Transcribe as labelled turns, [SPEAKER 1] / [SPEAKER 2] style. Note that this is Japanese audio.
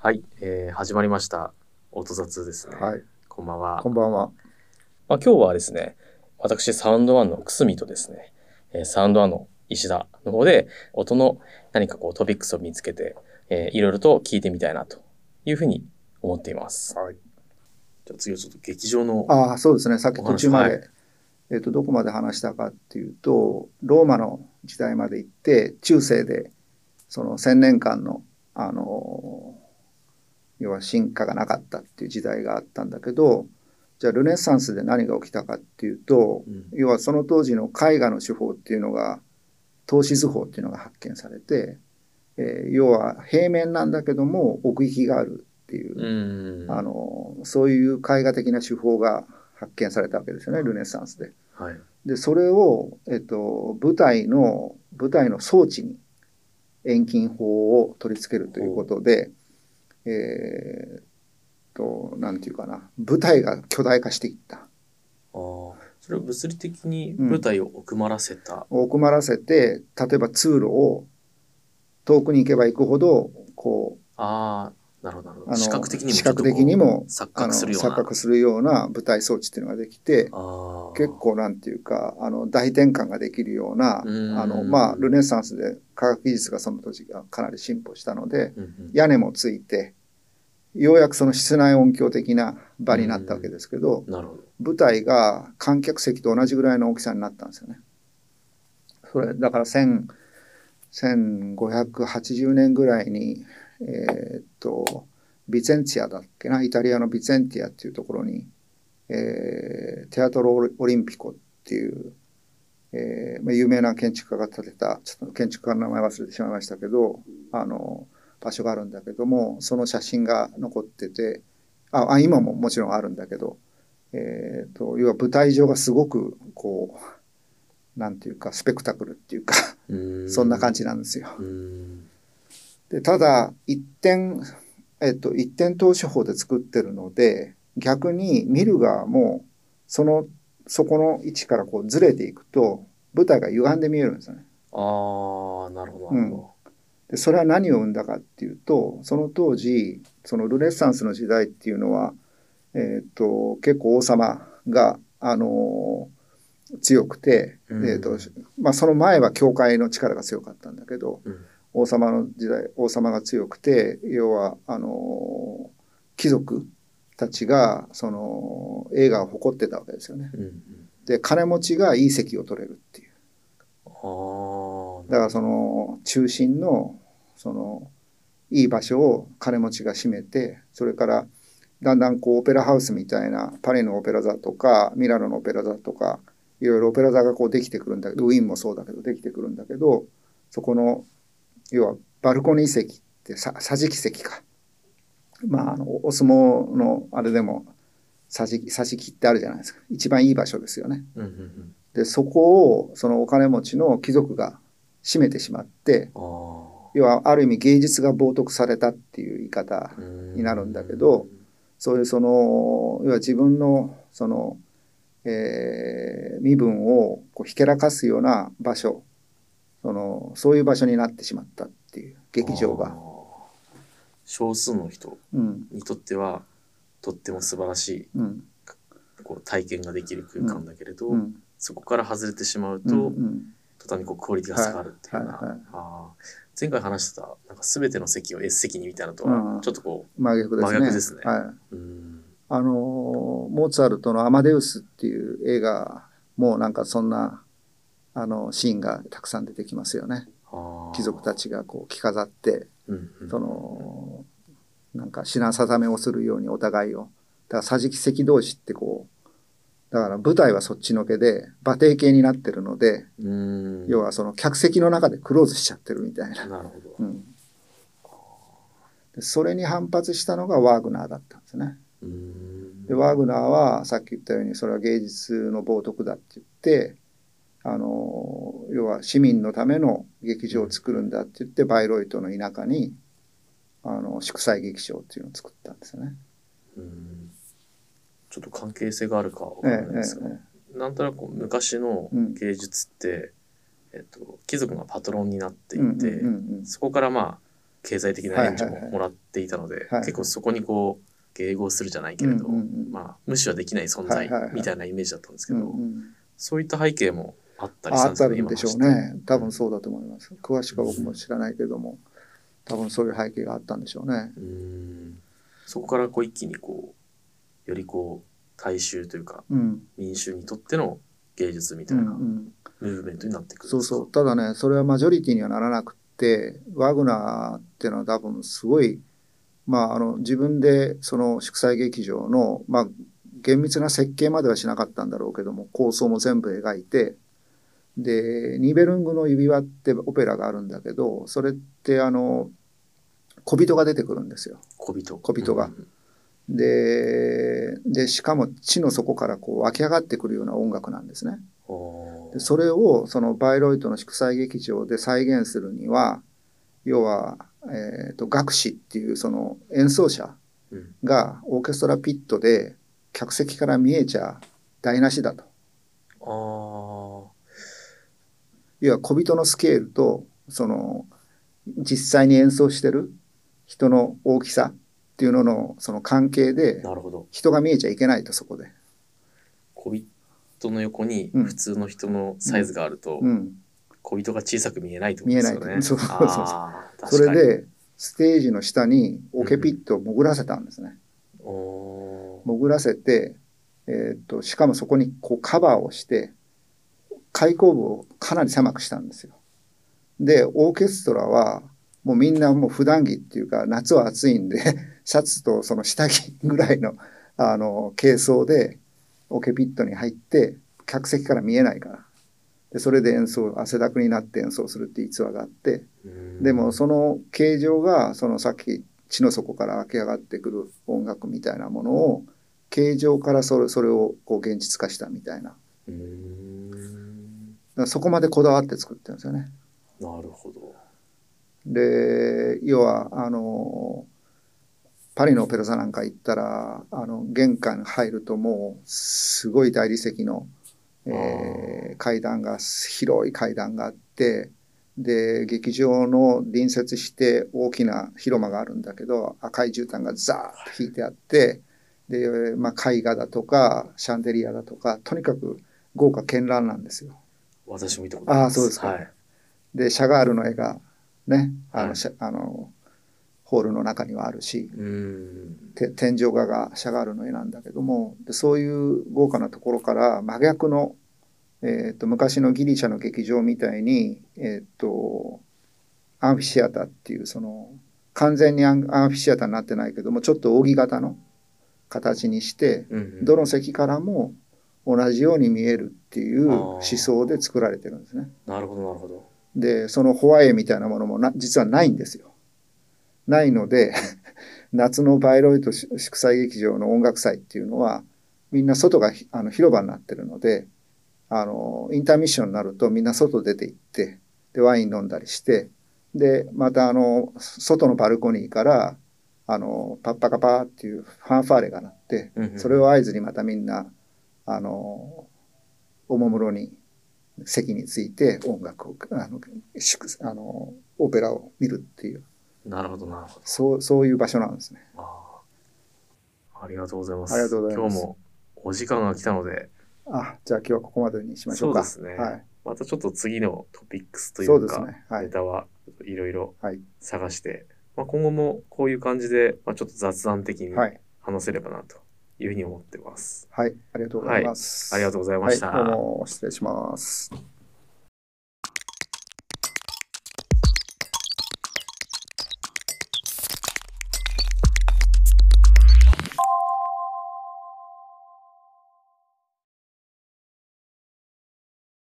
[SPEAKER 1] はい、えー始まりました。音雑ですね。
[SPEAKER 2] はい、
[SPEAKER 1] こんばんは。
[SPEAKER 2] こんばんは。
[SPEAKER 1] まあ、今日はですね、私、サウンドワンのくすみとですね、えーサウンドワンの石田の方で、音の何かこうトピックスを見つけて、えーいろいろと聞いてみたいなというふうに思っています。
[SPEAKER 2] はい、
[SPEAKER 1] じゃあ次はちょっと劇場の。
[SPEAKER 2] ああ、そうですね、さっき途中まで、
[SPEAKER 1] は
[SPEAKER 2] えっと、どこまで話したかっていうと、ローマの時代まで行って、中世で、その1000年間の、あのー要は進化がなかったっていう時代があったんだけど、じゃあルネサンスで何が起きたかっていうと、
[SPEAKER 1] うん
[SPEAKER 2] 要はその当時の絵画の手法っていうのが透視図法っていうのが発見されて、えー要は平面なんだけども奥行きがあるっていう
[SPEAKER 1] う、ん。
[SPEAKER 2] あ
[SPEAKER 1] は
[SPEAKER 2] のそういう絵画的な手法が発見されたわけですよねルネサンスで。
[SPEAKER 1] い。
[SPEAKER 2] でそれを、えっと、舞台の舞台の装置に遠近法を取り付けるということで、えーっとなんていうかな舞台が巨大化していった。
[SPEAKER 1] あーそれを物理的に
[SPEAKER 2] うん
[SPEAKER 1] 舞台を奥まらせた。
[SPEAKER 2] 奥まらせて例えば通路を遠くに行けば行くほどこう
[SPEAKER 1] ああ、なるほどなるほど。
[SPEAKER 2] あの
[SPEAKER 1] 視覚的にも
[SPEAKER 2] 視
[SPEAKER 1] ちょっと
[SPEAKER 2] 覚
[SPEAKER 1] こう
[SPEAKER 2] 的にも
[SPEAKER 1] 錯
[SPEAKER 2] あの
[SPEAKER 1] 覚するような。
[SPEAKER 2] 錯覚するような舞台装置っていうのができて。
[SPEAKER 1] ああ。
[SPEAKER 2] 結構なんていうかあの大転換ができるような
[SPEAKER 1] うん
[SPEAKER 2] あの、まあ、ルネサンスで科学技術がその時がかなり進歩したので
[SPEAKER 1] うんうん。
[SPEAKER 2] 屋根もついてようやくその室内音響的な場になったわけですけど
[SPEAKER 1] なるほど。
[SPEAKER 2] 舞台が観客席と同じぐらいの大きさになったんですよね。それだから1000 1580年ぐらいにえーっとビセンツィアだっけなイタリアのビセンティアっていうところに、えーテアトロオリンピコっていう、えーまあ、有名な建築家が建てたちょっと建築家の名前忘れてしまいましたけどあの場所があるんだけどもその写真が残っててああ今ももちろんあるんだけど、えー、と要は舞台上がすごくこうなんていうかスペクタクルっていうかそんな感
[SPEAKER 1] じ。
[SPEAKER 2] じなんですよ。
[SPEAKER 1] うん
[SPEAKER 2] でただ一点、えっと、一点投資法で作ってるので逆に見る側もそのそこの位置からこうずれていくと舞台が歪んで見えるんですよね。
[SPEAKER 1] ああ、なるほど、なるほ
[SPEAKER 2] でそれは何を生んだかっていうとその当時そのルネサンスの時代っていうのは、えー、と結構王様が、あのー強くて、
[SPEAKER 1] うん
[SPEAKER 2] えーとまあ、その前は教会の力が強かったんだけど、
[SPEAKER 1] うん
[SPEAKER 2] 王様の時代王様が強くて要はあのー貴族たちがその映画を誇ってたわけですよね。
[SPEAKER 1] ど。うんうん
[SPEAKER 2] で金持ちがいい席を取れるっていう。
[SPEAKER 1] ああ、
[SPEAKER 2] だからその中心のそのいい場所を金持ちが占めてそれからだんだんこうオペラハウスみたいなパリのオペラ座とかミラノのオペラ座とかいろいろオペラ座がこうできてくるんだけどウィーンもそうだけどできてくるんだけどそこの要はバルコニー席ってさ桟敷席かまああのお相撲のあれでも桟敷桟敷ってあるじゃないですか一番いい場所ですよね。
[SPEAKER 1] うんうん
[SPEAKER 2] でそこをそのお金持ちの貴族が占めてしまって
[SPEAKER 1] うん。あ
[SPEAKER 2] 要はある意味芸術が冒涜されたっていう言い方
[SPEAKER 1] あ。
[SPEAKER 2] に
[SPEAKER 1] に
[SPEAKER 2] なるんだけど、そういうその要は自分のその、えー身分をこうひけらかすような場所そのそういう場所になってしまったっていう劇場
[SPEAKER 1] あ
[SPEAKER 2] が。
[SPEAKER 1] ー。少数の人
[SPEAKER 2] うん
[SPEAKER 1] にとっては、とっても素晴らし
[SPEAKER 2] うん
[SPEAKER 1] いこう体験ができる空間だけれど、
[SPEAKER 2] うん
[SPEAKER 1] そこから外れてしまう
[SPEAKER 2] うんう
[SPEAKER 1] と、
[SPEAKER 2] ん
[SPEAKER 1] 途端にこうクオリティが下がるっていうような。
[SPEAKER 2] はいはいはい
[SPEAKER 1] あー前回話してた、なんか全ての席を S 席にみたいなのとは
[SPEAKER 2] う、ん
[SPEAKER 1] ちょっとこ
[SPEAKER 2] 真逆ですね。
[SPEAKER 1] 真逆ですね
[SPEAKER 2] はい、
[SPEAKER 1] う、うん。
[SPEAKER 2] あのモーツァルトの「アマデウス」っていう映画もなんかそんなあのシーンがたくさん出てきますよね
[SPEAKER 1] ああ
[SPEAKER 2] 貴族たちがこう着飾って
[SPEAKER 1] うんうん
[SPEAKER 2] そのなんか品定めをするようにお互いをだから桟敷席同士ってこうだから舞台はそっちのけで馬蹄形になってるので
[SPEAKER 1] うん
[SPEAKER 2] 要はその客席の中でクローズしちゃってるみたいな、
[SPEAKER 1] なるほど。
[SPEAKER 2] うん、でそれに反発したのがワーグナーだったんですね。
[SPEAKER 1] うん
[SPEAKER 2] でワーグナーはさっき言ったようにそれは芸術の冒涜だって言ってあの要は市民のための劇場を作るんだって言ってバイロイトの田舎にあの祝祭劇場っていうのを作ったんですよね。
[SPEAKER 1] うんちょっと関係性があるかわ
[SPEAKER 2] え
[SPEAKER 1] か
[SPEAKER 2] え
[SPEAKER 1] らないですけど、
[SPEAKER 2] え
[SPEAKER 1] なんとなくこう昔の
[SPEAKER 2] うん
[SPEAKER 1] 芸術って、えっと、貴族がパトロンになって
[SPEAKER 2] え
[SPEAKER 1] いて、
[SPEAKER 2] うんうんうんうん
[SPEAKER 1] そこからまあ経済的な援助ももらっていたので、
[SPEAKER 2] はい
[SPEAKER 1] 結構そこにこう迎合するじゃないけれど、
[SPEAKER 2] うんうんうん
[SPEAKER 1] まあ、無視はできない存
[SPEAKER 2] は
[SPEAKER 1] 在
[SPEAKER 2] いはいはい
[SPEAKER 1] みたいなイメージだったんですけ
[SPEAKER 2] う
[SPEAKER 1] ど、
[SPEAKER 2] んうん、
[SPEAKER 1] そういった背景もあったりし
[SPEAKER 2] あ
[SPEAKER 1] た
[SPEAKER 2] あ
[SPEAKER 1] んです
[SPEAKER 2] った
[SPEAKER 1] ね
[SPEAKER 2] んでしょう
[SPEAKER 1] 今の話
[SPEAKER 2] ね。多分そうだと思います。詳しくは僕も知らないけども、多分そういう背景があったんでしょうね。
[SPEAKER 1] うーんそこからこう一気にこうよりこう大衆というか
[SPEAKER 2] うん。
[SPEAKER 1] 民衆にとっての芸術み
[SPEAKER 2] う
[SPEAKER 1] たい
[SPEAKER 2] んう
[SPEAKER 1] な、
[SPEAKER 2] ん、
[SPEAKER 1] ムーブメントになってくるん
[SPEAKER 2] そ
[SPEAKER 1] で
[SPEAKER 2] う
[SPEAKER 1] すか
[SPEAKER 2] そう。ただね、それはマジョリティにはならなくって、ワグナーっていうのは多分すごい、まあ、あの、自分でその祝祭劇場の、まあ、厳密な設計まではしなかったんだろうけども、構想も全部描いて、で、ニーベルングの指輪ってオペラがあるんだけど、それってあの、小人が出てくるんですよ。
[SPEAKER 1] 小人
[SPEAKER 2] 小人が
[SPEAKER 1] うん
[SPEAKER 2] ででしかも地の底からこう湧き上がってくるような音楽なんですね。
[SPEAKER 1] おー
[SPEAKER 2] でそれをそのバイロイトの祝祭劇場で再現するには要は、えー、と楽師っていうその演奏者
[SPEAKER 1] うん
[SPEAKER 2] がオーケストラピットで客席から見えちゃ台無しだと。
[SPEAKER 1] あー
[SPEAKER 2] 要は小人のスケールとその実際に演奏してる人の大きさっていうののその関係で
[SPEAKER 1] なるほど
[SPEAKER 2] 人が見えちゃいけないとそこで。
[SPEAKER 1] 小人の横に
[SPEAKER 2] うん
[SPEAKER 1] 普通の人のサイズがあると、
[SPEAKER 2] うん
[SPEAKER 1] 小人が小さく見えないってことですよね。
[SPEAKER 2] 見えないそうそうそう
[SPEAKER 1] あー
[SPEAKER 2] それ、
[SPEAKER 1] 確か
[SPEAKER 2] で、ステージの下にオケピットを潜らせたんですね。
[SPEAKER 1] におー
[SPEAKER 2] 潜らせて、えーっと、しかもそこにこうカバーをして、開口部をかなり狭くしたんですよ。で、オーケストラは、もうみんなもう普段着っていうか、夏は暑いんで、 シャツとその下着ぐらいの、あの、軽装で、オケピットに入って、客席から見えないから。で、それで演奏、汗だくになって演奏するっていう逸話があって、
[SPEAKER 1] うん
[SPEAKER 2] でもその形状がそのさっき地の底から湧き上がってくる音楽みたいなものを形状からそれそれをこう現実化したみたいなだか
[SPEAKER 1] うーん
[SPEAKER 2] らそこまでこだわって作ってるんですよね。
[SPEAKER 1] なるほど。
[SPEAKER 2] で要はあのパリのオペラ座なんか行ったらあの玄関入るともうすごい大理石の、えー階段が広い階段があってで劇場の隣接して大きな広間があるんだけど赤い絨毯がザーッと引いてあってで、まあ、絵画だとかシャンデリアだとかとにかく豪華絢爛なんですよ。
[SPEAKER 1] 私も見たことあります。
[SPEAKER 2] あーそうですか
[SPEAKER 1] はい。
[SPEAKER 2] でシャガールの絵がねあ
[SPEAKER 1] はい
[SPEAKER 2] の、シャあのホールの中にはあるし
[SPEAKER 1] うーん。
[SPEAKER 2] て天井画がシャガールの絵なんだけどもでそういう豪華なところから真逆の、えー、と昔のギリシャの劇場みたいに、えー、とアンフィシアターっていうその完全にアンアンフィシアターになってないけどもちょっと扇形の形にして
[SPEAKER 1] うんうん
[SPEAKER 2] どの席からも同じように見えるっていう思想で作られてるんですね。
[SPEAKER 1] なるほどなるほど。
[SPEAKER 2] で、そのホワイエみたいなものもな実はないんですよ。ないので、 夏のバイロイトし祝祭劇場の音楽祭っていうのは、みんな外がひあの広場になってるので、あの、インターミッションになるとみんな外出て行って、で、ワイン飲んだりして、で、またあの、外のバルコニーから、あの、パッパカパーっていうファンファーレが鳴って、
[SPEAKER 1] うんうん
[SPEAKER 2] それを合図にまたみんな、あの、おもむろに席について音楽を、あの、祝あのオペラを見るっていう、
[SPEAKER 1] なるほどなるほど。
[SPEAKER 2] そう、そういう場所なんですね。
[SPEAKER 1] あーありがとうございます。
[SPEAKER 2] ありがとうございます
[SPEAKER 1] 今日もお時間が来たので、
[SPEAKER 2] あ、じゃあ今日はここまでにしましょうか。
[SPEAKER 1] そうですね
[SPEAKER 2] はい。
[SPEAKER 1] またちょっと次のトピックスとい
[SPEAKER 2] そう
[SPEAKER 1] う
[SPEAKER 2] です
[SPEAKER 1] か、
[SPEAKER 2] ね。は
[SPEAKER 1] ネ
[SPEAKER 2] い。
[SPEAKER 1] タはいろいろ
[SPEAKER 2] はい。
[SPEAKER 1] 探して、まあ、今後もこういう感じで、まあ、ちょっと雑談的に
[SPEAKER 2] はい。
[SPEAKER 1] 話せればなというふうに思ってます。
[SPEAKER 2] はい。ありがとうございます。
[SPEAKER 1] ありがとうございました。
[SPEAKER 2] はい。どうも、失礼します。